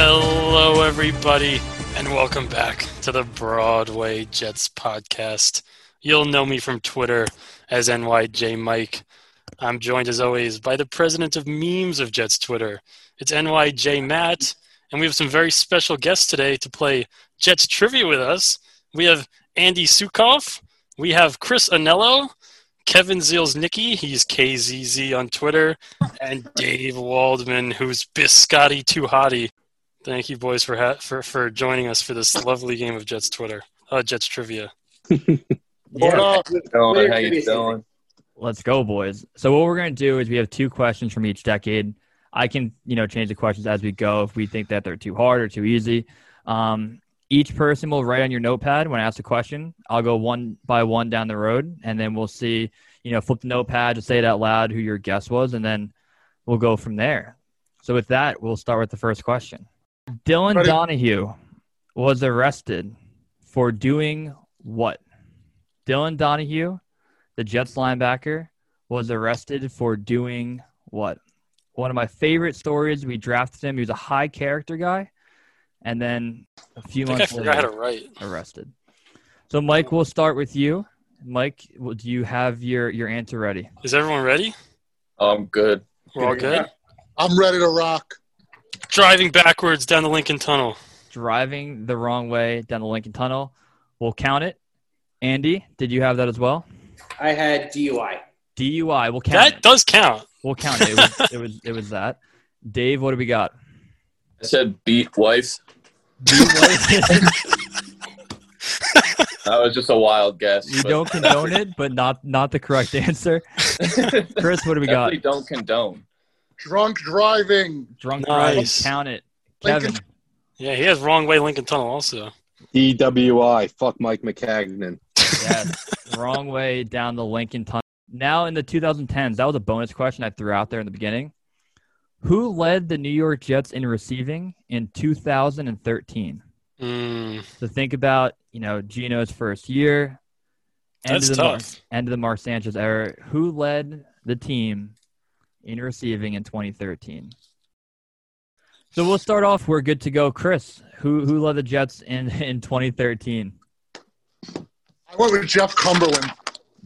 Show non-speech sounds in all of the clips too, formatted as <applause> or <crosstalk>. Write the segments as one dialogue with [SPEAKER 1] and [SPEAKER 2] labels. [SPEAKER 1] Hello, everybody, and welcome back to the Broadway Jets podcast. You'll know me from Twitter as NYJ Mike. I'm joined, as always, by the president of memes of Jets Twitter. It's NYJ Matt, and we have some very special guests today to play Jets trivia with us. We have Andy Sukoff, we have Chris Anello, Kevin Zeals Nicky, he's KZZ on Twitter, and Dave Waldman, who's Biscotti Too Hottie. Thank you, boys, for, ha- for for joining us for this lovely game of Jets Twitter, uh, Jets trivia.
[SPEAKER 2] Yeah.
[SPEAKER 3] Going,
[SPEAKER 2] how you doing?
[SPEAKER 4] Let's go, boys. So what we're going to do is we have two questions from each decade. I can, you know, change the questions as we go if we think that they're too hard or too easy. Um, each person will write on your notepad when asked a question. I'll go one by one down the road, and then we'll see, you know, flip the notepad to say it out loud who your guess was, and then we'll go from there. So with that, we'll start with the first question. Dylan
[SPEAKER 3] Ready?
[SPEAKER 4] Donahue was arrested for doing what? Dylan Donahue, the Jets linebacker, was arrested for doing what? One of my favorite stories. We drafted him. He was a high character guy, and then a few
[SPEAKER 1] I think I
[SPEAKER 4] months
[SPEAKER 1] forgot how to
[SPEAKER 4] later,
[SPEAKER 1] write.
[SPEAKER 4] arrested. So, Mike, we'll start with you. Mike, w- do you have your your answer ready?
[SPEAKER 1] Is everyone ready?
[SPEAKER 2] Oh, I'm good.
[SPEAKER 1] We're all good.
[SPEAKER 3] I'm ready to rock.
[SPEAKER 1] Driving backwards down the Lincoln Tunnel.
[SPEAKER 4] Driving the wrong way down the Lincoln Tunnel. We'll count it. Andy, did you have that as well?
[SPEAKER 5] I had DUI.
[SPEAKER 4] DUI. We'll count.
[SPEAKER 1] That
[SPEAKER 4] it.
[SPEAKER 1] does count.
[SPEAKER 4] We'll count it. It was, it was it was that. Dave, what do we got? <laughs>
[SPEAKER 2] I said beat wife. That was just a wild guess.
[SPEAKER 4] you
[SPEAKER 2] but
[SPEAKER 4] don't condone it, but not not the correct answer. Chris, what do we got?
[SPEAKER 2] Definitely don't condone.
[SPEAKER 3] Drunk driving.
[SPEAKER 4] Drunk
[SPEAKER 1] Nice.
[SPEAKER 4] nice. Count it. Kevin.
[SPEAKER 3] Lincoln-
[SPEAKER 1] Yeah, he has wrong way Lincoln Tunnel also.
[SPEAKER 6] DWI. Fuck Mike McCagnon.
[SPEAKER 4] yes. Wrong way down the Lincoln Tunnel. Now in the 2010s, that was a bonus question I threw out there in the beginning. Who led the New York Jets in receiving in 2013?
[SPEAKER 1] Mm,
[SPEAKER 4] So think about, you know, Gino's first year. End
[SPEAKER 1] that's
[SPEAKER 4] of the Mar-
[SPEAKER 1] tough.
[SPEAKER 4] end of the Mark Sanchez era. Who led the team in receiving in 2013? So we'll start off. We're good to go, Chris. Who who led the Jets in in 2013?
[SPEAKER 3] I went with Jeff Cumberland.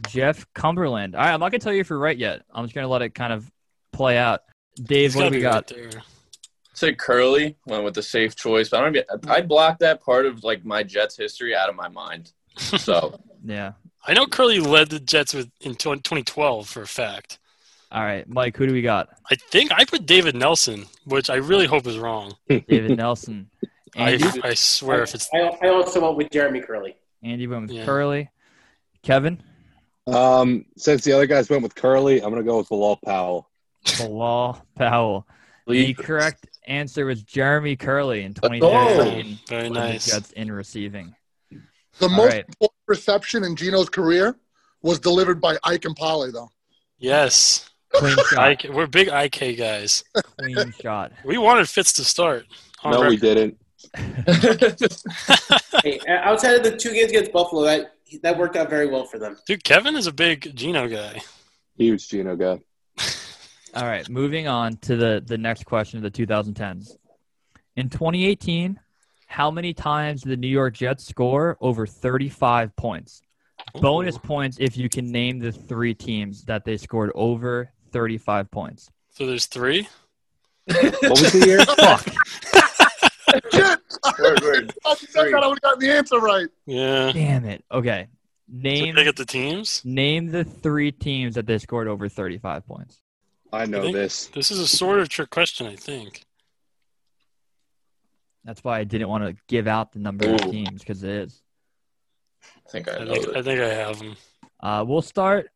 [SPEAKER 4] Jeff Cumberland. All right, I'm not gonna tell you if you're right yet. I'm just gonna let it kind of play out. Dave,
[SPEAKER 1] He's
[SPEAKER 4] what
[SPEAKER 1] gotta
[SPEAKER 4] do we
[SPEAKER 1] be
[SPEAKER 4] got?
[SPEAKER 1] right there.
[SPEAKER 2] I said Curly went with the safe choice, but I don't. Even, I blocked that part of like my Jets history out of
[SPEAKER 4] <laughs>
[SPEAKER 2] my mind. So
[SPEAKER 4] Yeah.
[SPEAKER 1] I know Curly led the Jets with in 2012 for a fact.
[SPEAKER 4] All right, Mike. Who do we got?
[SPEAKER 1] I think I put David Nelson, which I really hope is wrong.
[SPEAKER 4] David Nelson.
[SPEAKER 1] I,
[SPEAKER 4] Andy.
[SPEAKER 1] I swear if it's
[SPEAKER 5] I, I also went with
[SPEAKER 1] <laughs>
[SPEAKER 5] Jeremy Curley.
[SPEAKER 4] Andy went with
[SPEAKER 1] Yeah.
[SPEAKER 4] Curly. Kevin.
[SPEAKER 6] Um, since the other guys went with Curly, I'm gonna go with Bilal Powell.
[SPEAKER 4] Bilal Powell. The correct answer was Jeremy Curley in
[SPEAKER 2] go.
[SPEAKER 4] 2013.
[SPEAKER 1] very
[SPEAKER 4] led the
[SPEAKER 1] Oh, nice.
[SPEAKER 4] Jets in receiving.
[SPEAKER 3] The
[SPEAKER 4] All
[SPEAKER 3] most
[SPEAKER 4] right.
[SPEAKER 3] important reception in Gino's career was delivered by Ike and Polly, though.
[SPEAKER 1] Yes. <laughs>
[SPEAKER 4] Clean shot.
[SPEAKER 1] IK, we're big IK guys.
[SPEAKER 4] clean shot.
[SPEAKER 1] We wanted Fitz to start. on
[SPEAKER 6] No, we
[SPEAKER 1] record.
[SPEAKER 6] didn't.
[SPEAKER 2] <laughs>
[SPEAKER 5] Hey, uh, outside of the two games against Buffalo, that that worked out very well for them.
[SPEAKER 1] Dude, Kevin is a big Gino guy.
[SPEAKER 6] Huge Gino guy.
[SPEAKER 4] All right, moving on to the the next question of the 2010s. In 2018, how many times did the New York Jets score over 35 points? Bonus
[SPEAKER 1] Ooh.
[SPEAKER 4] points if you can name the three teams that they scored over 35 points.
[SPEAKER 1] So there's three.
[SPEAKER 6] What was the year?
[SPEAKER 4] Fuck.
[SPEAKER 3] Shit!
[SPEAKER 2] <laughs> word, word.
[SPEAKER 3] If you said that, I would have gotten the answer right.
[SPEAKER 1] Yeah.
[SPEAKER 4] Damn it. Okay. Name
[SPEAKER 1] Should I get the teams?
[SPEAKER 4] name the three teams that they scored over 35 points.
[SPEAKER 6] I
[SPEAKER 1] I
[SPEAKER 6] know
[SPEAKER 1] think-
[SPEAKER 6] this.
[SPEAKER 1] This is a sort of trick question, I think.
[SPEAKER 4] That's why I didn't want to give out the number of
[SPEAKER 2] Ooh.
[SPEAKER 4] teams because it is.
[SPEAKER 2] I think I
[SPEAKER 1] I
[SPEAKER 2] know
[SPEAKER 1] think I,
[SPEAKER 2] it.
[SPEAKER 1] think I have them.
[SPEAKER 4] Uh, we'll start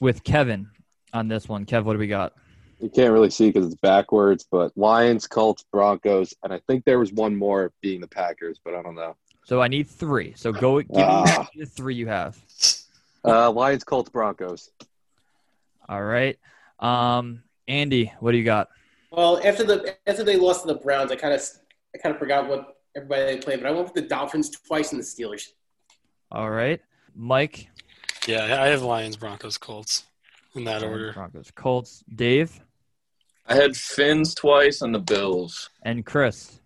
[SPEAKER 4] with Kevin on this one. Kev, what do we got?
[SPEAKER 6] You can't really see because it's backwards, but Lions, Colts, Broncos, and I think there was one more being the Packers, but I don't know.
[SPEAKER 4] So I need three. So go give
[SPEAKER 6] Ah.
[SPEAKER 4] me the three you have.
[SPEAKER 6] Uh, Lions, Colts, Broncos.
[SPEAKER 4] All right. Um, Andy, what do you got?
[SPEAKER 5] <laughs> Well, after the after they lost to the Browns, I kind of I kind of forgot what everybody they played, but I went with the Dolphins twice and the Steelers.
[SPEAKER 4] All right. Mike.
[SPEAKER 1] Yeah, I I have Lions, Broncos, Colts in that order.
[SPEAKER 4] Broncos, Colts, Dave,
[SPEAKER 2] I had Finns twice and the Bills.
[SPEAKER 4] and Chris.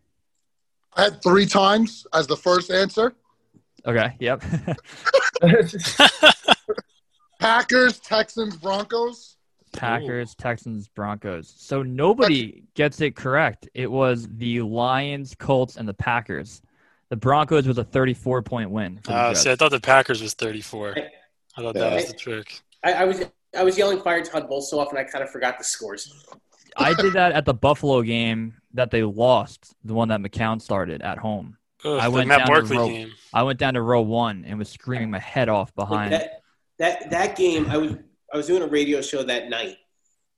[SPEAKER 3] had three times as the first answer.
[SPEAKER 4] Okay. Yep. <laughs>
[SPEAKER 3] Packers, Texans, Broncos.
[SPEAKER 4] Packers, Texans, Broncos. So nobody gets it correct. It was the Lions, Colts, and the Packers. The Broncos was a 34 point win. for the
[SPEAKER 1] Uh,
[SPEAKER 4] Jets.
[SPEAKER 1] see, I thought the Packers was 34. I thought that
[SPEAKER 6] Yeah.
[SPEAKER 1] was the trick.
[SPEAKER 5] I, I was I was yelling fire Todd Bowles so often I kind of forgot the scores.
[SPEAKER 4] I did that at the Buffalo game that they lost, the one that McCown started at home.
[SPEAKER 1] Ugh,
[SPEAKER 4] I
[SPEAKER 1] the
[SPEAKER 4] went
[SPEAKER 1] Matt
[SPEAKER 4] down the
[SPEAKER 1] Barkley
[SPEAKER 4] rope.
[SPEAKER 1] game.
[SPEAKER 4] I went down to row one and was screaming my head off
[SPEAKER 5] Like,
[SPEAKER 4] behind.
[SPEAKER 5] that that that game, I was I was doing a radio show that night,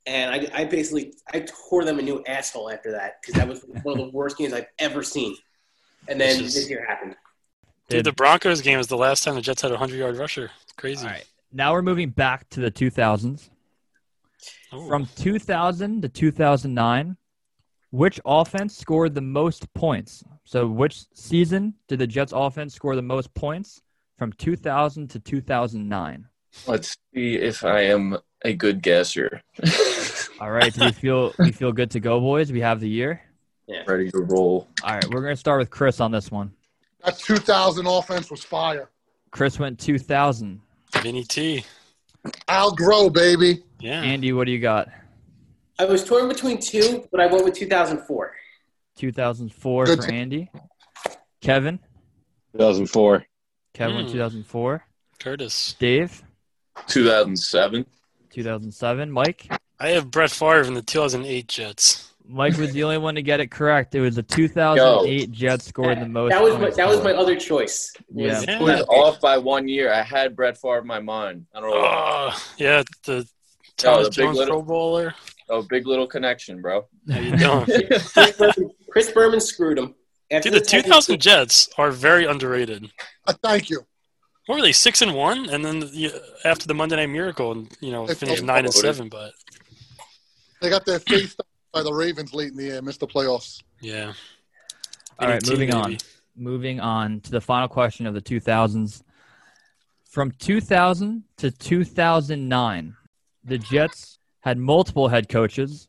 [SPEAKER 5] and I, I basically I tore them a new asshole after that because that was one of the worst games I've ever seen. And then
[SPEAKER 1] This is-
[SPEAKER 5] this year happened.
[SPEAKER 1] Dude, the Broncos game was the last time the Jets had a 100 yard rusher. It's Crazy.
[SPEAKER 4] All right. Now we're moving back to the 2000s.
[SPEAKER 1] Ooh.
[SPEAKER 4] From 2000 to 2009, which offense scored the most points? So, which season did the Jets offense score the most points from 2000 to 2009?
[SPEAKER 2] Let's see if I am a good guesser.
[SPEAKER 4] All right,
[SPEAKER 1] <laughs>
[SPEAKER 4] do we feel we feel good to go, boys? We have the year.
[SPEAKER 2] Ready to roll.
[SPEAKER 4] All right, we're gonna start with Chris on this one.
[SPEAKER 3] That 2000 offense was fire.
[SPEAKER 4] Chris went 2000.
[SPEAKER 1] Vinny T.
[SPEAKER 3] Al Grow, baby.
[SPEAKER 1] Yeah.
[SPEAKER 4] Andy, what do you got?
[SPEAKER 5] I was torn between two, but I went with 2004.
[SPEAKER 4] 2004
[SPEAKER 3] Good
[SPEAKER 4] for
[SPEAKER 3] team.
[SPEAKER 4] Andy. Kevin.
[SPEAKER 6] 2004.
[SPEAKER 4] Kevin went
[SPEAKER 1] Hmm.
[SPEAKER 4] 2004.
[SPEAKER 1] Curtis.
[SPEAKER 4] Dave.
[SPEAKER 2] 2007.
[SPEAKER 4] 2007. Mike.
[SPEAKER 1] I have Brett Favre in the 2008 Jets.
[SPEAKER 4] Mike was the only one to get it correct. It was the 2008 Jets scored the most.
[SPEAKER 5] That was my,
[SPEAKER 4] points
[SPEAKER 5] that was my
[SPEAKER 4] scored.
[SPEAKER 5] other choice.
[SPEAKER 4] Yeah.
[SPEAKER 5] Was-
[SPEAKER 1] Yeah.
[SPEAKER 2] I was off by one year. I had Brett Favre in my mind. I don't know. why.
[SPEAKER 1] Oh, yeah. The Thomas
[SPEAKER 2] the big
[SPEAKER 1] Jones
[SPEAKER 2] little-
[SPEAKER 1] Pro Bowler.
[SPEAKER 2] Oh, big little connection, bro.
[SPEAKER 1] How
[SPEAKER 4] <laughs>
[SPEAKER 1] you doing?
[SPEAKER 5] Chris Berman- Chris Berman screwed him. After
[SPEAKER 1] Dude, the
[SPEAKER 5] this happened-
[SPEAKER 1] 2000 Jets are very underrated.
[SPEAKER 3] Uh, thank you.
[SPEAKER 1] What were they six and one, and then the, after the Monday Night Miracle, and you know
[SPEAKER 3] It's
[SPEAKER 1] finished
[SPEAKER 3] all
[SPEAKER 1] nine and
[SPEAKER 2] loaded.
[SPEAKER 1] seven. But
[SPEAKER 3] They got their face <clears throat> stomped by the Ravens late in the year, missed the playoffs.
[SPEAKER 1] yeah.
[SPEAKER 4] All right,
[SPEAKER 1] 18,
[SPEAKER 4] moving on.
[SPEAKER 1] maybe.
[SPEAKER 4] Moving on to the final question of the 2000s. From 2000 to 2009, the Jets had multiple head coaches.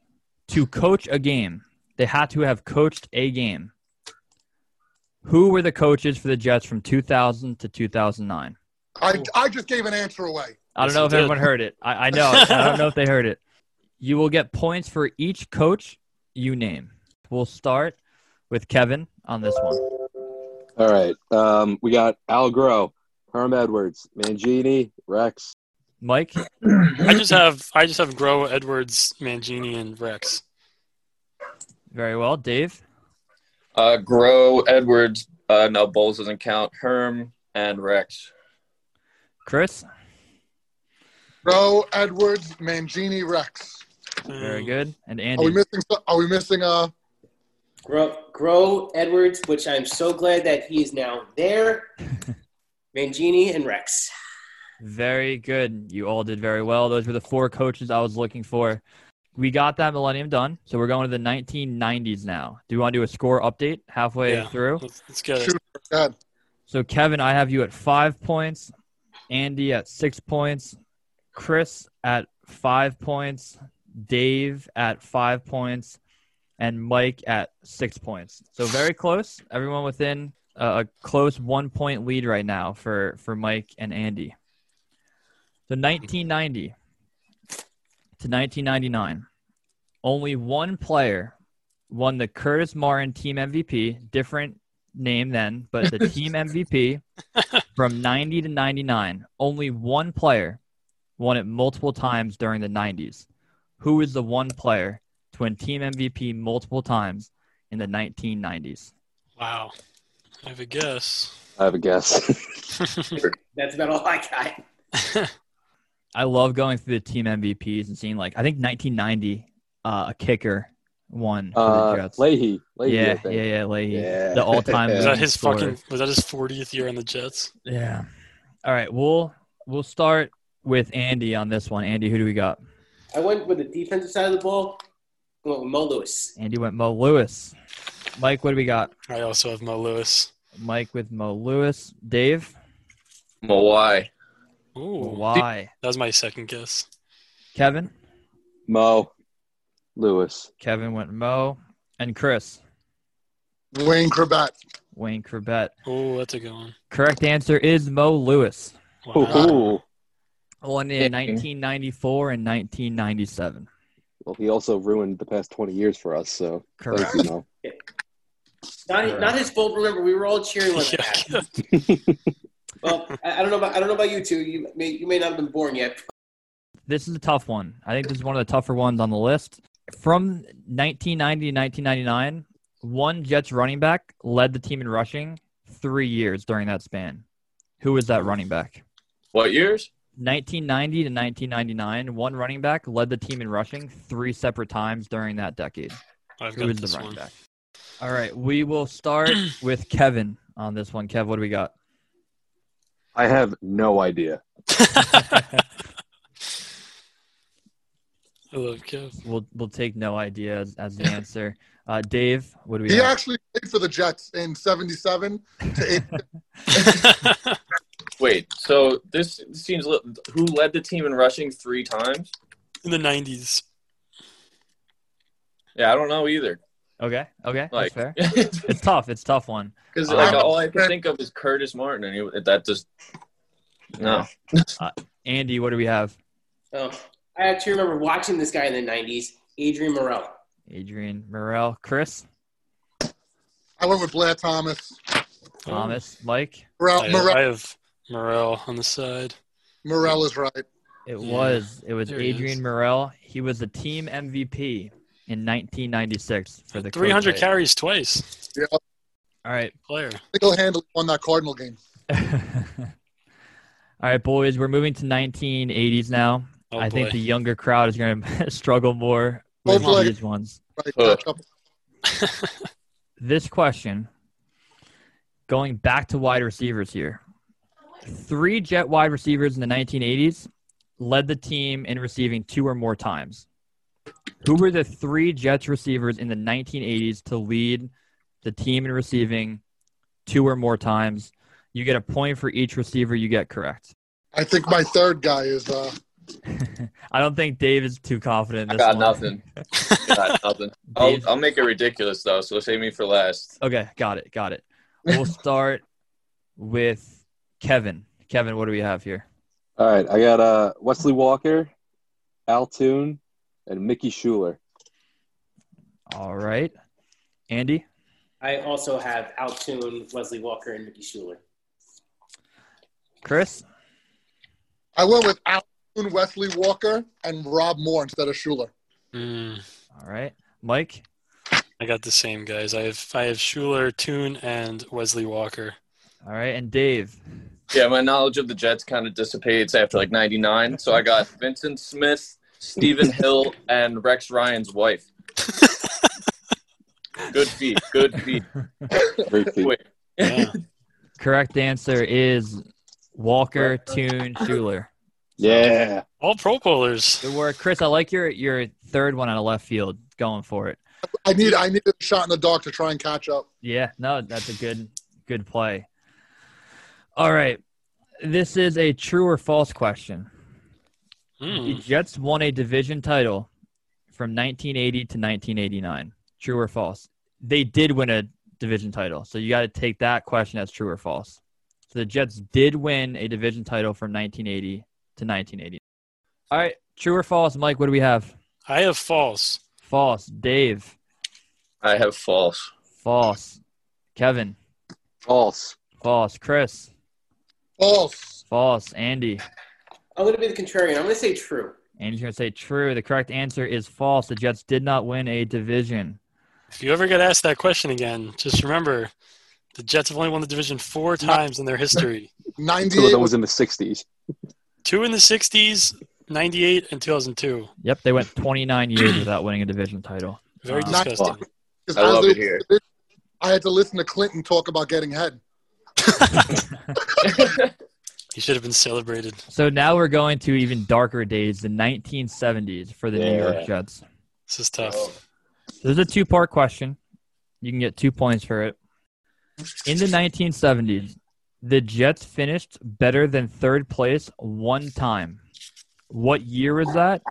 [SPEAKER 4] To coach a game, they had to have coached a game. Who were the coaches for the Jets from 2000 to 2009?
[SPEAKER 3] I, I just gave an answer away.
[SPEAKER 4] I don't
[SPEAKER 1] Yes,
[SPEAKER 4] know
[SPEAKER 1] you
[SPEAKER 4] if
[SPEAKER 1] did.
[SPEAKER 4] everyone heard it. I, I know. I don't know if they heard it. <laughs> You will get points for each coach you name. We'll start with Kevin on this one.
[SPEAKER 6] All right. Um, we got Al Grow, Herm Edwards, Mangini, Rex.
[SPEAKER 4] Mike?
[SPEAKER 1] I just have I just have Grow Edwards, Mangini, and Rex.
[SPEAKER 4] Very well. Dave?
[SPEAKER 2] Uh, Grow, Edwards. Uh, no, Bowles doesn't count. Herm and Rex.
[SPEAKER 4] Chris?
[SPEAKER 3] Grow, Edwards, Mangini, Rex.
[SPEAKER 1] Um, Mm.
[SPEAKER 4] Very good. And
[SPEAKER 3] Are we
[SPEAKER 4] Andy?
[SPEAKER 3] missing? Are we missing? Uh,
[SPEAKER 5] Grow, Grow Edwards, which I'm so glad that he is now
[SPEAKER 1] <laughs>
[SPEAKER 5] there. Mangini and Rex.
[SPEAKER 4] Very good. You all did very well. Those were the four coaches I was looking for. We got that millennium done. So we're going to the 1990s now. Do you want to do a score update halfway
[SPEAKER 1] Yeah.
[SPEAKER 4] through?
[SPEAKER 1] Let's, let's get it.
[SPEAKER 3] shoot, God.
[SPEAKER 4] So Kevin, I have you at five points, Andy at six points, Chris at five points, Dave at five points, and Mike at six points. So very close. Everyone within uh, a close one point lead right now for for Mike and Andy. So 1990 to 1999, only one player won the Curtis Martin team MVP. Different name then, but the
[SPEAKER 1] <laughs>
[SPEAKER 4] team MVP from 90 to 99, only one player won it multiple times during the 90s. Who is the one player to win team MVP multiple times in the 1990s?
[SPEAKER 1] Wow. I have a guess. <laughs>
[SPEAKER 6] I have a guess. <laughs>
[SPEAKER 5] That's about all I got.
[SPEAKER 4] I love going through the team MVPs and seeing like I think 1990 uh, a kicker won for the
[SPEAKER 6] Uh,
[SPEAKER 4] Jets.
[SPEAKER 6] Leahy. Leahy, I
[SPEAKER 4] yeah, yeah,
[SPEAKER 6] think.
[SPEAKER 4] yeah, Leahy.
[SPEAKER 6] Yeah.
[SPEAKER 4] The
[SPEAKER 6] <laughs>
[SPEAKER 4] all-time
[SPEAKER 1] Was
[SPEAKER 4] leading
[SPEAKER 1] that his
[SPEAKER 4] scorer.
[SPEAKER 1] fucking? Was that his 40th year on the Jets?
[SPEAKER 4] Yeah. All right, we'll we'll start with Andy on this one. Andy, who do we got?
[SPEAKER 5] I went with the defensive side of the ball. I went with Mo Lewis.
[SPEAKER 4] Andy went Mo Lewis. Mike, what do we got?
[SPEAKER 1] I also have Mo Lewis.
[SPEAKER 4] Mike with Mo Lewis. Dave,
[SPEAKER 2] Mawai.
[SPEAKER 1] Ooh,
[SPEAKER 4] why?
[SPEAKER 1] that was my second guess.
[SPEAKER 4] Kevin,
[SPEAKER 6] Mo, Lewis.
[SPEAKER 4] Kevin went Mo, and Chris.
[SPEAKER 3] Wayne Krebet.
[SPEAKER 4] Wayne Corbett.
[SPEAKER 1] Oh, that's a good one.
[SPEAKER 4] Correct answer is Mo Lewis.
[SPEAKER 1] Wow. <laughs>
[SPEAKER 6] Ooh.
[SPEAKER 4] Won in 1994 and 1997.
[SPEAKER 6] Well, he also ruined the past 20 years for us, so
[SPEAKER 2] Oh,
[SPEAKER 4] Correct.
[SPEAKER 6] thank you, Mo.
[SPEAKER 5] Not, not his fault. Remember, we were all
[SPEAKER 1] <laughs>
[SPEAKER 5] cheering when that
[SPEAKER 1] Yeah.
[SPEAKER 5] happened. Well, I, I don't know. About, I don't know about you two. You may you may not have been born yet.
[SPEAKER 4] This is a tough one. I think this is one of the tougher ones on the list. From 1990 to 1999, one Jets running back led the team in rushing three years during that span. Who was that running back?
[SPEAKER 2] What years?
[SPEAKER 4] 1990 to 1999, one running back led the team in rushing three separate times during that decade.
[SPEAKER 1] I've
[SPEAKER 4] Who
[SPEAKER 1] got
[SPEAKER 4] is the
[SPEAKER 1] this
[SPEAKER 4] running
[SPEAKER 1] one.
[SPEAKER 4] back? All right, we
[SPEAKER 1] <clears throat>
[SPEAKER 4] will start with Kevin on this one. Kev, what do we got?
[SPEAKER 6] I have no idea.
[SPEAKER 1] <laughs> I love Kev.
[SPEAKER 4] We'll we'll take no idea as, as the answer. Uh, Dave, what do we
[SPEAKER 3] He
[SPEAKER 4] have?
[SPEAKER 3] actually played for the Jets in '77 to eight.
[SPEAKER 4] <laughs>
[SPEAKER 2] Wait, so this seems li- who led the team in rushing three times?
[SPEAKER 1] In the 90s.
[SPEAKER 2] Yeah, I don't know either.
[SPEAKER 4] Okay, okay,
[SPEAKER 2] <laughs> Like,
[SPEAKER 4] that's fair.
[SPEAKER 2] because
[SPEAKER 4] It's tough. It's a tough one.
[SPEAKER 2] like
[SPEAKER 3] Ah.
[SPEAKER 4] Uh,
[SPEAKER 2] all Oh, I can think of is Curtis Martin, and he, that just no.
[SPEAKER 4] Andy, what do we have?
[SPEAKER 5] Um, I actually remember watching this guy in the '90s, Adrian Morel.
[SPEAKER 4] Adrian Morel, Chris,
[SPEAKER 3] I went with Blair Thomas.
[SPEAKER 1] Oh.
[SPEAKER 4] Thomas, Mike.
[SPEAKER 3] Morel,
[SPEAKER 1] I,
[SPEAKER 3] Morel,
[SPEAKER 1] I have Morel on the side.
[SPEAKER 3] Morel is right.
[SPEAKER 4] It
[SPEAKER 1] Yeah,
[SPEAKER 4] was it was
[SPEAKER 1] there he
[SPEAKER 4] Adrian
[SPEAKER 1] is.
[SPEAKER 4] Morel. He was the team MVP in 1996 for the
[SPEAKER 1] 300
[SPEAKER 4] Colts.
[SPEAKER 1] carries twice.
[SPEAKER 4] All right,
[SPEAKER 1] Player.
[SPEAKER 3] Single handedly won that Cardinal game.
[SPEAKER 4] All right, boys, we're moving to 1980s now.
[SPEAKER 1] Oh,
[SPEAKER 4] I
[SPEAKER 1] boy.
[SPEAKER 4] think the younger crowd is going to <laughs> struggle more with
[SPEAKER 3] Hopefully.
[SPEAKER 4] these ones.
[SPEAKER 3] Right,
[SPEAKER 2] Huh.
[SPEAKER 3] catch up.
[SPEAKER 4] This question, going back to wide receivers here. Three jet wide receivers in the 1980s led the team in receiving two or more times. Who were the three Jets receivers in the 1980s to lead the team in receiving two or more times? You get a point for each receiver you get correct.
[SPEAKER 3] I think my third guy is uh,
[SPEAKER 4] <laughs> I don't think Dave is too confident.
[SPEAKER 2] I
[SPEAKER 4] In this
[SPEAKER 2] got
[SPEAKER 4] one.
[SPEAKER 2] nothing. Oh. Got nothing. I'll,
[SPEAKER 4] Dave,
[SPEAKER 2] I'll make it ridiculous though, so save me for last.
[SPEAKER 4] okay, got it, got it. We'll start with Kevin. Kevin, what do we have here?
[SPEAKER 6] All right, I got uh, Wesley Walker, Al Toon, and Mickey Schuler.
[SPEAKER 4] All right, Andy.
[SPEAKER 5] I also have Altoon, Wesley Walker, and Mickey Schuler.
[SPEAKER 4] Chris,
[SPEAKER 3] I went with Allen Wesley Walker and Rob Moore instead of Schuler.
[SPEAKER 1] <laughs> Mm,
[SPEAKER 4] all right. Mike,
[SPEAKER 1] I got the same guys. I have I have Schuler, Toon, and Wesley
[SPEAKER 4] <laughs>
[SPEAKER 1] Walker.
[SPEAKER 4] all right, and Dave.
[SPEAKER 2] Yeah, my knowledge of the Jets kind of dissipates after like '99, so I got Vincent Smith, Stephen Hill, and Rex Ryan's wife. Good feet. Good feet.
[SPEAKER 6] Great feat.
[SPEAKER 2] Wait.
[SPEAKER 1] Yeah.
[SPEAKER 4] Correct answer is Walker, Toon, Schuler.
[SPEAKER 6] Yeah.
[SPEAKER 1] All pro bowlers.
[SPEAKER 4] Good work, Chris. I like your your third one on a left field. Going for it.
[SPEAKER 3] I need I needed a shot in the dark to try and catch up.
[SPEAKER 4] Yeah, no, that's a good good play. All right. This is a true or false question. The
[SPEAKER 1] Mm,
[SPEAKER 4] Jets won a division title from 1980 to 1989. True or false? They did win a division title. So you got to take that question as true or false. So the Jets did win a division title from 1980 to 1980. All right. True or false, Mike, what do we have?
[SPEAKER 1] I have false.
[SPEAKER 4] False. Dave,
[SPEAKER 2] I have false.
[SPEAKER 4] false. Kevin,
[SPEAKER 6] False.
[SPEAKER 4] false. Chris,
[SPEAKER 3] False.
[SPEAKER 4] false. Andy.
[SPEAKER 5] I'm going to be the contrarian. I'm going to say true.
[SPEAKER 4] Andy's going to say true. The correct answer is false. The Jets did not win a division.
[SPEAKER 1] If you ever get asked that question again, just remember the Jets have only won the division four times in their history.
[SPEAKER 6] Two of
[SPEAKER 3] 98
[SPEAKER 6] them was
[SPEAKER 3] was
[SPEAKER 6] in the 60s.
[SPEAKER 1] Two in the sixties, ninety eight and two thousand two.
[SPEAKER 4] Yep, they went 29 years without winning a division title.
[SPEAKER 1] Very
[SPEAKER 4] Wow.
[SPEAKER 3] Not
[SPEAKER 1] disgusting.
[SPEAKER 3] because
[SPEAKER 2] I
[SPEAKER 3] as
[SPEAKER 2] love
[SPEAKER 3] they-
[SPEAKER 2] it here.
[SPEAKER 3] I had to listen to Clinton talk about getting head.
[SPEAKER 1] He should have been celebrated.
[SPEAKER 4] So now we're going to even darker days, the 1970s for the New York
[SPEAKER 6] Yeah.
[SPEAKER 4] Jets.
[SPEAKER 1] This is tough.
[SPEAKER 4] So there's a two part question. You can get two points for it. In the 1970s, the Jets finished better than third place one time. What year was that?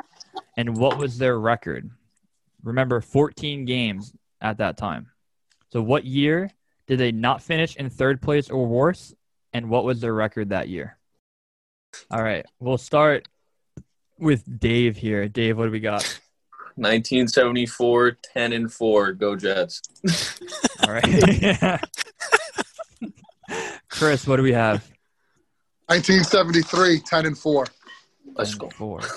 [SPEAKER 4] And what was their record? Remember, 14 games at that time. So what year did they not finish in third place or worse? And what was their record that year? All right, we'll start with Dave here. Dave, what do we got?
[SPEAKER 2] 1974, 10 and 4. Go Jets.
[SPEAKER 4] All <laughs> right. Chris, what do we have?
[SPEAKER 3] 1973, 10 and 4.
[SPEAKER 6] Mm.
[SPEAKER 2] Let's go.
[SPEAKER 4] Four.
[SPEAKER 2] That's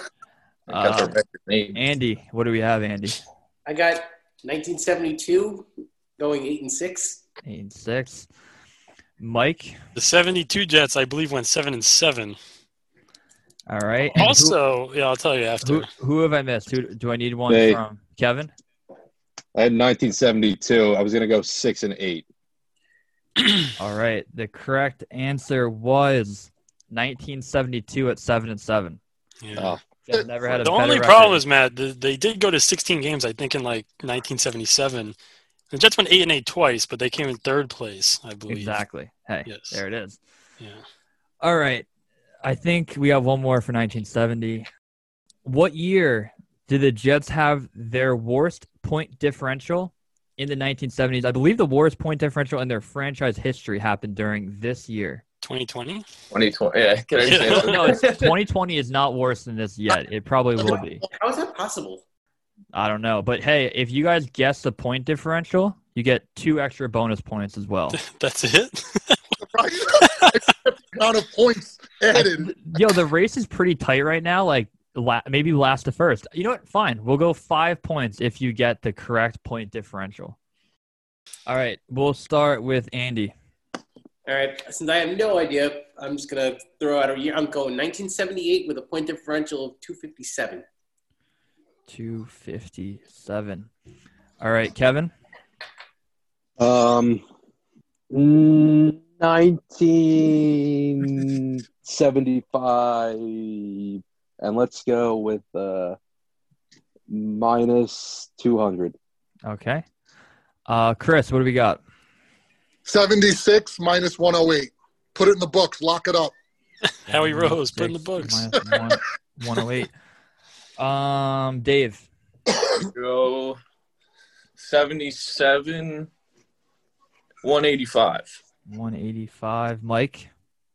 [SPEAKER 2] our
[SPEAKER 4] Uh,
[SPEAKER 2] record name.
[SPEAKER 4] Andy, what do we have, Andy?
[SPEAKER 5] I got 1972 going eight and six.
[SPEAKER 4] Eight and six. Mike,
[SPEAKER 1] The 72 Jets, I believe, went 7 and 7.
[SPEAKER 4] all right. And who-
[SPEAKER 1] Also, yeah, I'll tell you after.
[SPEAKER 4] who, who have I missed? Who do I need one
[SPEAKER 6] They-
[SPEAKER 4] from? Kevin?
[SPEAKER 6] I had 1972. I was going to go six and eight.
[SPEAKER 4] All right. The correct answer was 1972 at seven and seven.
[SPEAKER 1] Yeah.
[SPEAKER 6] Oh.
[SPEAKER 4] Yeah, never had a
[SPEAKER 1] the
[SPEAKER 4] better
[SPEAKER 1] only
[SPEAKER 4] record.
[SPEAKER 1] problem is, Matt, th- they did go to 16 games, I think, in like 1977. The Jets went 8 and 8 twice, but they came in third place, I believe.
[SPEAKER 4] exactly. Hey,
[SPEAKER 1] Yes.
[SPEAKER 4] there it is.
[SPEAKER 1] Yeah.
[SPEAKER 4] All right. I think we got one more for 1970. What year did the Jets have their worst point differential in the 1970s? I believe the worst point differential in their franchise history happened during this year.
[SPEAKER 1] 2020?
[SPEAKER 2] 2020. Yeah, can I say that?
[SPEAKER 4] no, <laughs> it's, 2020 is not worse than this yet. It probably will be.
[SPEAKER 5] How is that possible?
[SPEAKER 4] I don't know. But hey, if you guys guess the point differential, you get two extra bonus points as well.
[SPEAKER 1] <laughs> That's it?
[SPEAKER 3] Right? amount of points added.
[SPEAKER 4] <laughs> Yo, the race is pretty tight right now. Like, la- maybe last to first. You know what? Fine. We'll go five points if you get the correct point differential. All right. We'll start with Andy.
[SPEAKER 5] All right, since I have no idea, I'm just gonna throw out a year. I'm going 1978 with a point differential of 257.
[SPEAKER 4] 257. All right, Kevin.
[SPEAKER 6] Um, mm, 1975. And let's go with uh, minus 200.
[SPEAKER 4] Okay. Uh, Chris, what do we got?
[SPEAKER 3] 76 minus 108. Put it in the books. Lock it up.
[SPEAKER 1] Howie Rose, put in the books.
[SPEAKER 4] Minus one-
[SPEAKER 1] <laughs>
[SPEAKER 4] 108. Um, Dave.
[SPEAKER 2] go 77, 185.
[SPEAKER 4] 185. Mike.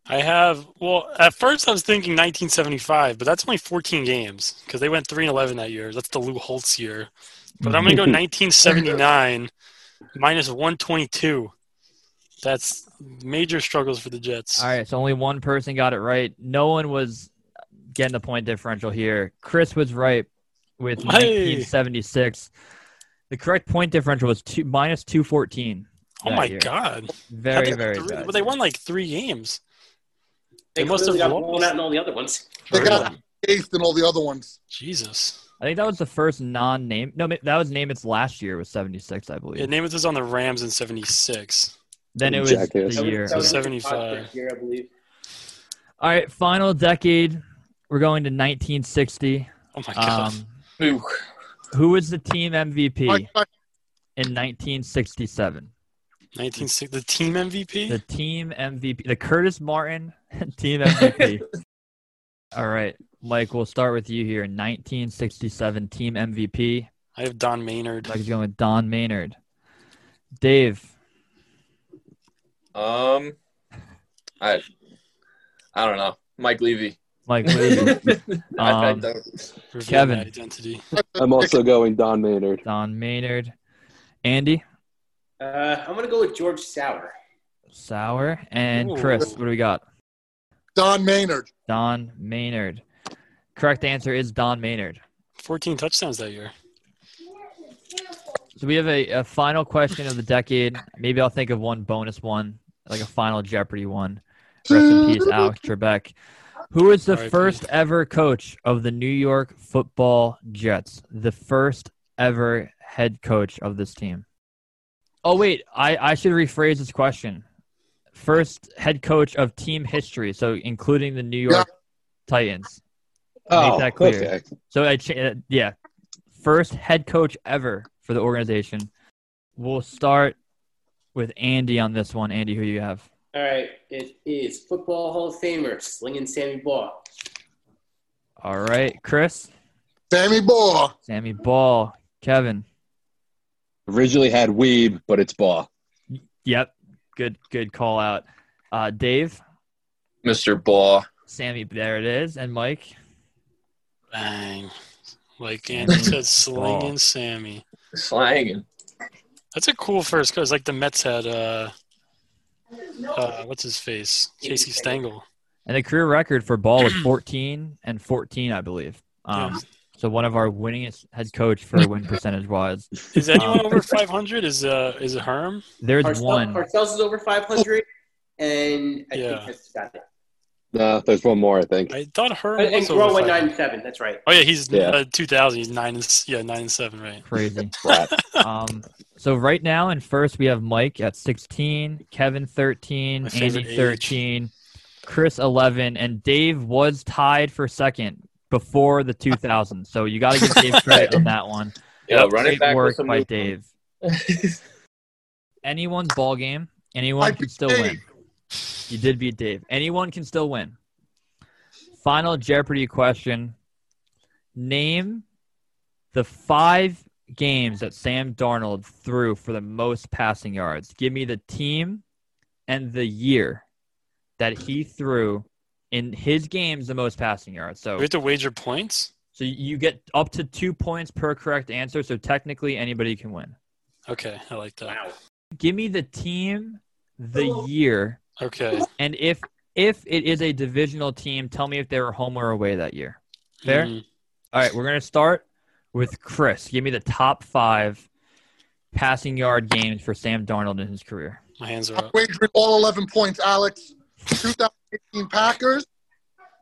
[SPEAKER 1] I have, well, at first I was thinking 1975, but that's only 14 games because they went 3 and 11 that year. That's the Lou Holtz year. But I'm going to go
[SPEAKER 4] <laughs>
[SPEAKER 1] 1979 minus 122. That's major struggles for the Jets.
[SPEAKER 4] All right, so only one person got it right. No one was getting the point differential here. Chris was right with
[SPEAKER 1] Hey.
[SPEAKER 4] 1976. The correct point differential was two, minus 214.
[SPEAKER 1] oh
[SPEAKER 4] that
[SPEAKER 1] my
[SPEAKER 4] year.
[SPEAKER 1] God.
[SPEAKER 4] Very,
[SPEAKER 1] They-
[SPEAKER 4] very
[SPEAKER 1] three-
[SPEAKER 4] bad.
[SPEAKER 1] Well, they won like three games.
[SPEAKER 5] They,
[SPEAKER 1] They must
[SPEAKER 5] clearly
[SPEAKER 1] have
[SPEAKER 5] got
[SPEAKER 1] lost.
[SPEAKER 5] blown out in all the other ones.
[SPEAKER 3] They got
[SPEAKER 4] Really?
[SPEAKER 3] eighth in all the other ones.
[SPEAKER 1] Jesus.
[SPEAKER 4] I think that was the first non-name. No, ma- that was Namath's last year was 76, I believe.
[SPEAKER 1] Yeah, Namath was on the Rams in 76.
[SPEAKER 4] then it was
[SPEAKER 6] Jackass.
[SPEAKER 4] the year.
[SPEAKER 5] That was
[SPEAKER 1] 75.
[SPEAKER 5] Rodgers' Year, I believe.
[SPEAKER 4] All right, final decade. We're going to 1960.
[SPEAKER 1] Oh my God.
[SPEAKER 4] Um,
[SPEAKER 2] Ooh,
[SPEAKER 4] who was the team MVP in
[SPEAKER 3] Mike, Mike,
[SPEAKER 4] 1967?
[SPEAKER 1] 1960. The team MVP?
[SPEAKER 4] The team MVP, the Curtis Martin <laughs> team MVP. All right, Mike, we'll start with you here. 1967 team MVP.
[SPEAKER 1] I have Don Maynard.
[SPEAKER 4] Mike's going with Don Maynard. Dave,
[SPEAKER 2] um, I, I don't know. Mike Levy.
[SPEAKER 4] Mike, Levy,
[SPEAKER 2] I, I
[SPEAKER 4] Um,
[SPEAKER 2] don't.
[SPEAKER 1] Reveal
[SPEAKER 4] Kevin.
[SPEAKER 1] my identity.
[SPEAKER 6] I'm <laughs> also going Don Maynard.
[SPEAKER 4] Don Maynard, Andy,
[SPEAKER 5] Uh, I'm gonna go with George Sauer.
[SPEAKER 4] Sauer, and Chris.
[SPEAKER 1] Ooh.
[SPEAKER 4] What do we got?
[SPEAKER 3] Don Maynard.
[SPEAKER 4] Don Maynard. Correct answer is Don Maynard.
[SPEAKER 1] 14 touchdowns that year.
[SPEAKER 4] So we have a, a final question of the decade. Maybe I'll think of one bonus one, like a final Jeopardy one. Rest in peace, Alex Trebek. Who was the
[SPEAKER 1] R.I.P.
[SPEAKER 4] first ever coach of the New York Football Jets? The first ever head coach of this team. Oh wait, I, I should rephrase this question. First head coach of team history, so including the New York Titans.
[SPEAKER 6] Oh,
[SPEAKER 4] that clear.
[SPEAKER 6] okay.
[SPEAKER 4] So I cha- uh, yeah, first head coach ever for the organization. We'll start with Andy on this one. Andy, who you have?
[SPEAKER 5] All right, it is Football Hall of Famer slinging Sammy Ball.
[SPEAKER 4] All right, Chris.
[SPEAKER 3] Sammy Bohr.
[SPEAKER 4] Sammy Ball, Kevin,
[SPEAKER 6] Originally had Weeb, but it's Baugh.
[SPEAKER 4] Yep. Good good call out. Uh, Dave,
[SPEAKER 2] Mr. Baugh.
[SPEAKER 4] Sammy, there it is, and Mike.
[SPEAKER 1] Bang. Like Andy said, Sling and Sammy.
[SPEAKER 2] Slanging.
[SPEAKER 1] That's a cool first because like the Mets had uh, uh what's his face? Casey Stengel.
[SPEAKER 4] And the career record for Ball was 14 and 14, I believe. Um,
[SPEAKER 1] Yeah.
[SPEAKER 4] So one of our winningest head coach for win percentage wise.
[SPEAKER 1] Is anyone
[SPEAKER 4] Um,
[SPEAKER 1] over five hundred? Is uh is it Herm?
[SPEAKER 4] There's
[SPEAKER 5] Parcells,
[SPEAKER 4] one.
[SPEAKER 5] Parcells is over 500, and I
[SPEAKER 1] Yeah.
[SPEAKER 5] think that's got it.
[SPEAKER 6] No, there's one more, I think.
[SPEAKER 1] I thought Herm
[SPEAKER 5] And, and
[SPEAKER 1] was over
[SPEAKER 5] Grow went 9
[SPEAKER 1] 500.
[SPEAKER 5] and 7. That's right.
[SPEAKER 1] Oh yeah, he's
[SPEAKER 6] Yeah.
[SPEAKER 1] Uh, two thousand. He's nine and s- yeah nine and seven <laughs> right.
[SPEAKER 4] <laughs> Crazy.
[SPEAKER 6] Right.
[SPEAKER 4] Um, so right now in first we have Mike at 16, Kevin 13,
[SPEAKER 1] My
[SPEAKER 4] Andy
[SPEAKER 1] favorite age.
[SPEAKER 4] 13, Chris 11, and Dave was tied for second before the 2000. So you got to give Dave credit on that one.
[SPEAKER 2] Yeah,
[SPEAKER 1] Yep.
[SPEAKER 2] running
[SPEAKER 4] Great
[SPEAKER 2] back with
[SPEAKER 4] work
[SPEAKER 2] some
[SPEAKER 4] by
[SPEAKER 2] new-
[SPEAKER 4] Dave. <laughs> Anyone's ball game. Anyone
[SPEAKER 3] I
[SPEAKER 4] can still
[SPEAKER 3] beat
[SPEAKER 4] win. You did beat Dave. Anyone can still win. Final Jeopardy question. Name the five games that Sam Darnold threw for the most passing yards. Give me the team and the year that he threw in his games the most passing yards. So
[SPEAKER 1] We have to wager points.
[SPEAKER 4] so you get up to two points per correct answer. So technically, anybody can win.
[SPEAKER 1] Okay, I like that.
[SPEAKER 5] Wow.
[SPEAKER 4] Give me the team, the year,
[SPEAKER 1] Okay,
[SPEAKER 4] and if if it is a divisional team, tell me if they were home or away that year. Fair.
[SPEAKER 1] Mm,
[SPEAKER 4] All right, we're gonna start with Chris. Give me the top five passing yard games for Sam Darnold in his career.
[SPEAKER 1] my hands are
[SPEAKER 3] I'm
[SPEAKER 1] up.
[SPEAKER 3] wagering all 11 points, Alex. 2018 Packers,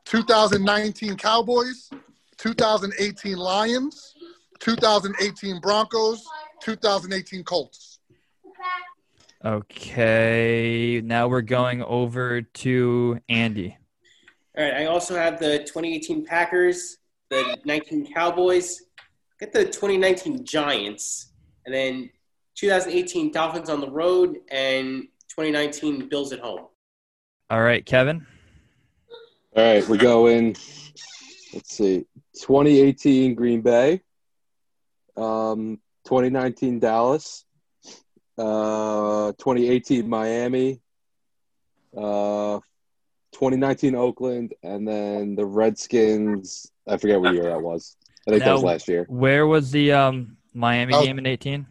[SPEAKER 3] 2019 Cowboys, 2018 Lions, 2018 Broncos, 2018 Colts.
[SPEAKER 4] Okay, now we're going over to Andy.
[SPEAKER 5] All right. I also have the 2018 Packers, the 19 Cowboys, get the 2019 Giants, and then 2018 Dolphins on the road, and 2019 Bills at home.
[SPEAKER 4] All right, Kevin.
[SPEAKER 6] All right, we go in. Let's see, 2018 Green Bay, um, 2019 Dallas, uh, 2018 Miami, uh, 2019 Oakland, and then the Redskins. I forget what year that was. I think that was
[SPEAKER 4] Now-
[SPEAKER 6] last year.
[SPEAKER 4] Where was the um, Miami
[SPEAKER 3] Oh.
[SPEAKER 4] game in eighteen?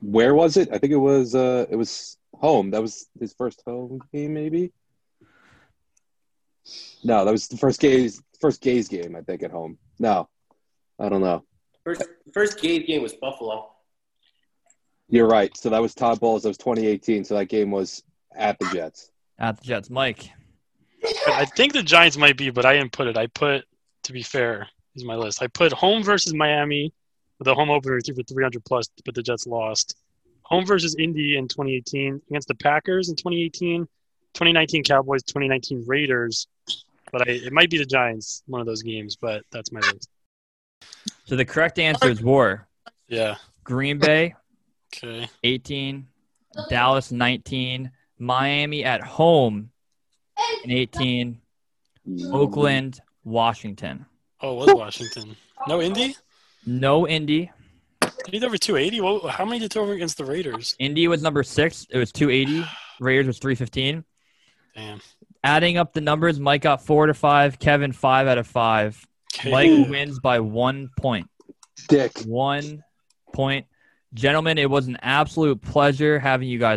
[SPEAKER 6] Where was it? I think it was. Uh, it was home. That was his first home game, maybe. No, that was the first gays first gays game. I think at home. No, I don't know.
[SPEAKER 5] First, first game game was Buffalo.
[SPEAKER 6] You're right. So that was Todd Bowles. That was 2018. So that game was at the Jets.
[SPEAKER 4] At the Jets, Mike.
[SPEAKER 1] I think the Giants might be, but I didn't put it. I put, to be fair, is my list. I put home versus Miami, the home opener threw for 300 plus, but the Jets lost. Home versus Indy in 2018 against the Packers in 2018, 2019 Cowboys, 2019 Raiders. But I, it might be the Giants, one of those games. But that's my list.
[SPEAKER 4] So the correct answers were
[SPEAKER 1] Yeah.
[SPEAKER 4] Green Bay
[SPEAKER 1] Okay.
[SPEAKER 4] 18, Dallas 19, Miami at home in 18, Oakland, Washington.
[SPEAKER 1] Oh, it was Washington? No, Indy.
[SPEAKER 4] No Indy.
[SPEAKER 1] They did over 280. Well, how many did they throw over against the Raiders?
[SPEAKER 4] Indy was number six. It was 280. Raiders was 315.
[SPEAKER 1] Damn.
[SPEAKER 4] Adding up the numbers, Mike got four to five. Kevin five out of five.
[SPEAKER 1] Okay.
[SPEAKER 4] Mike wins by one point.
[SPEAKER 6] Dick.
[SPEAKER 4] One point. Gentlemen, it was an absolute pleasure having you guys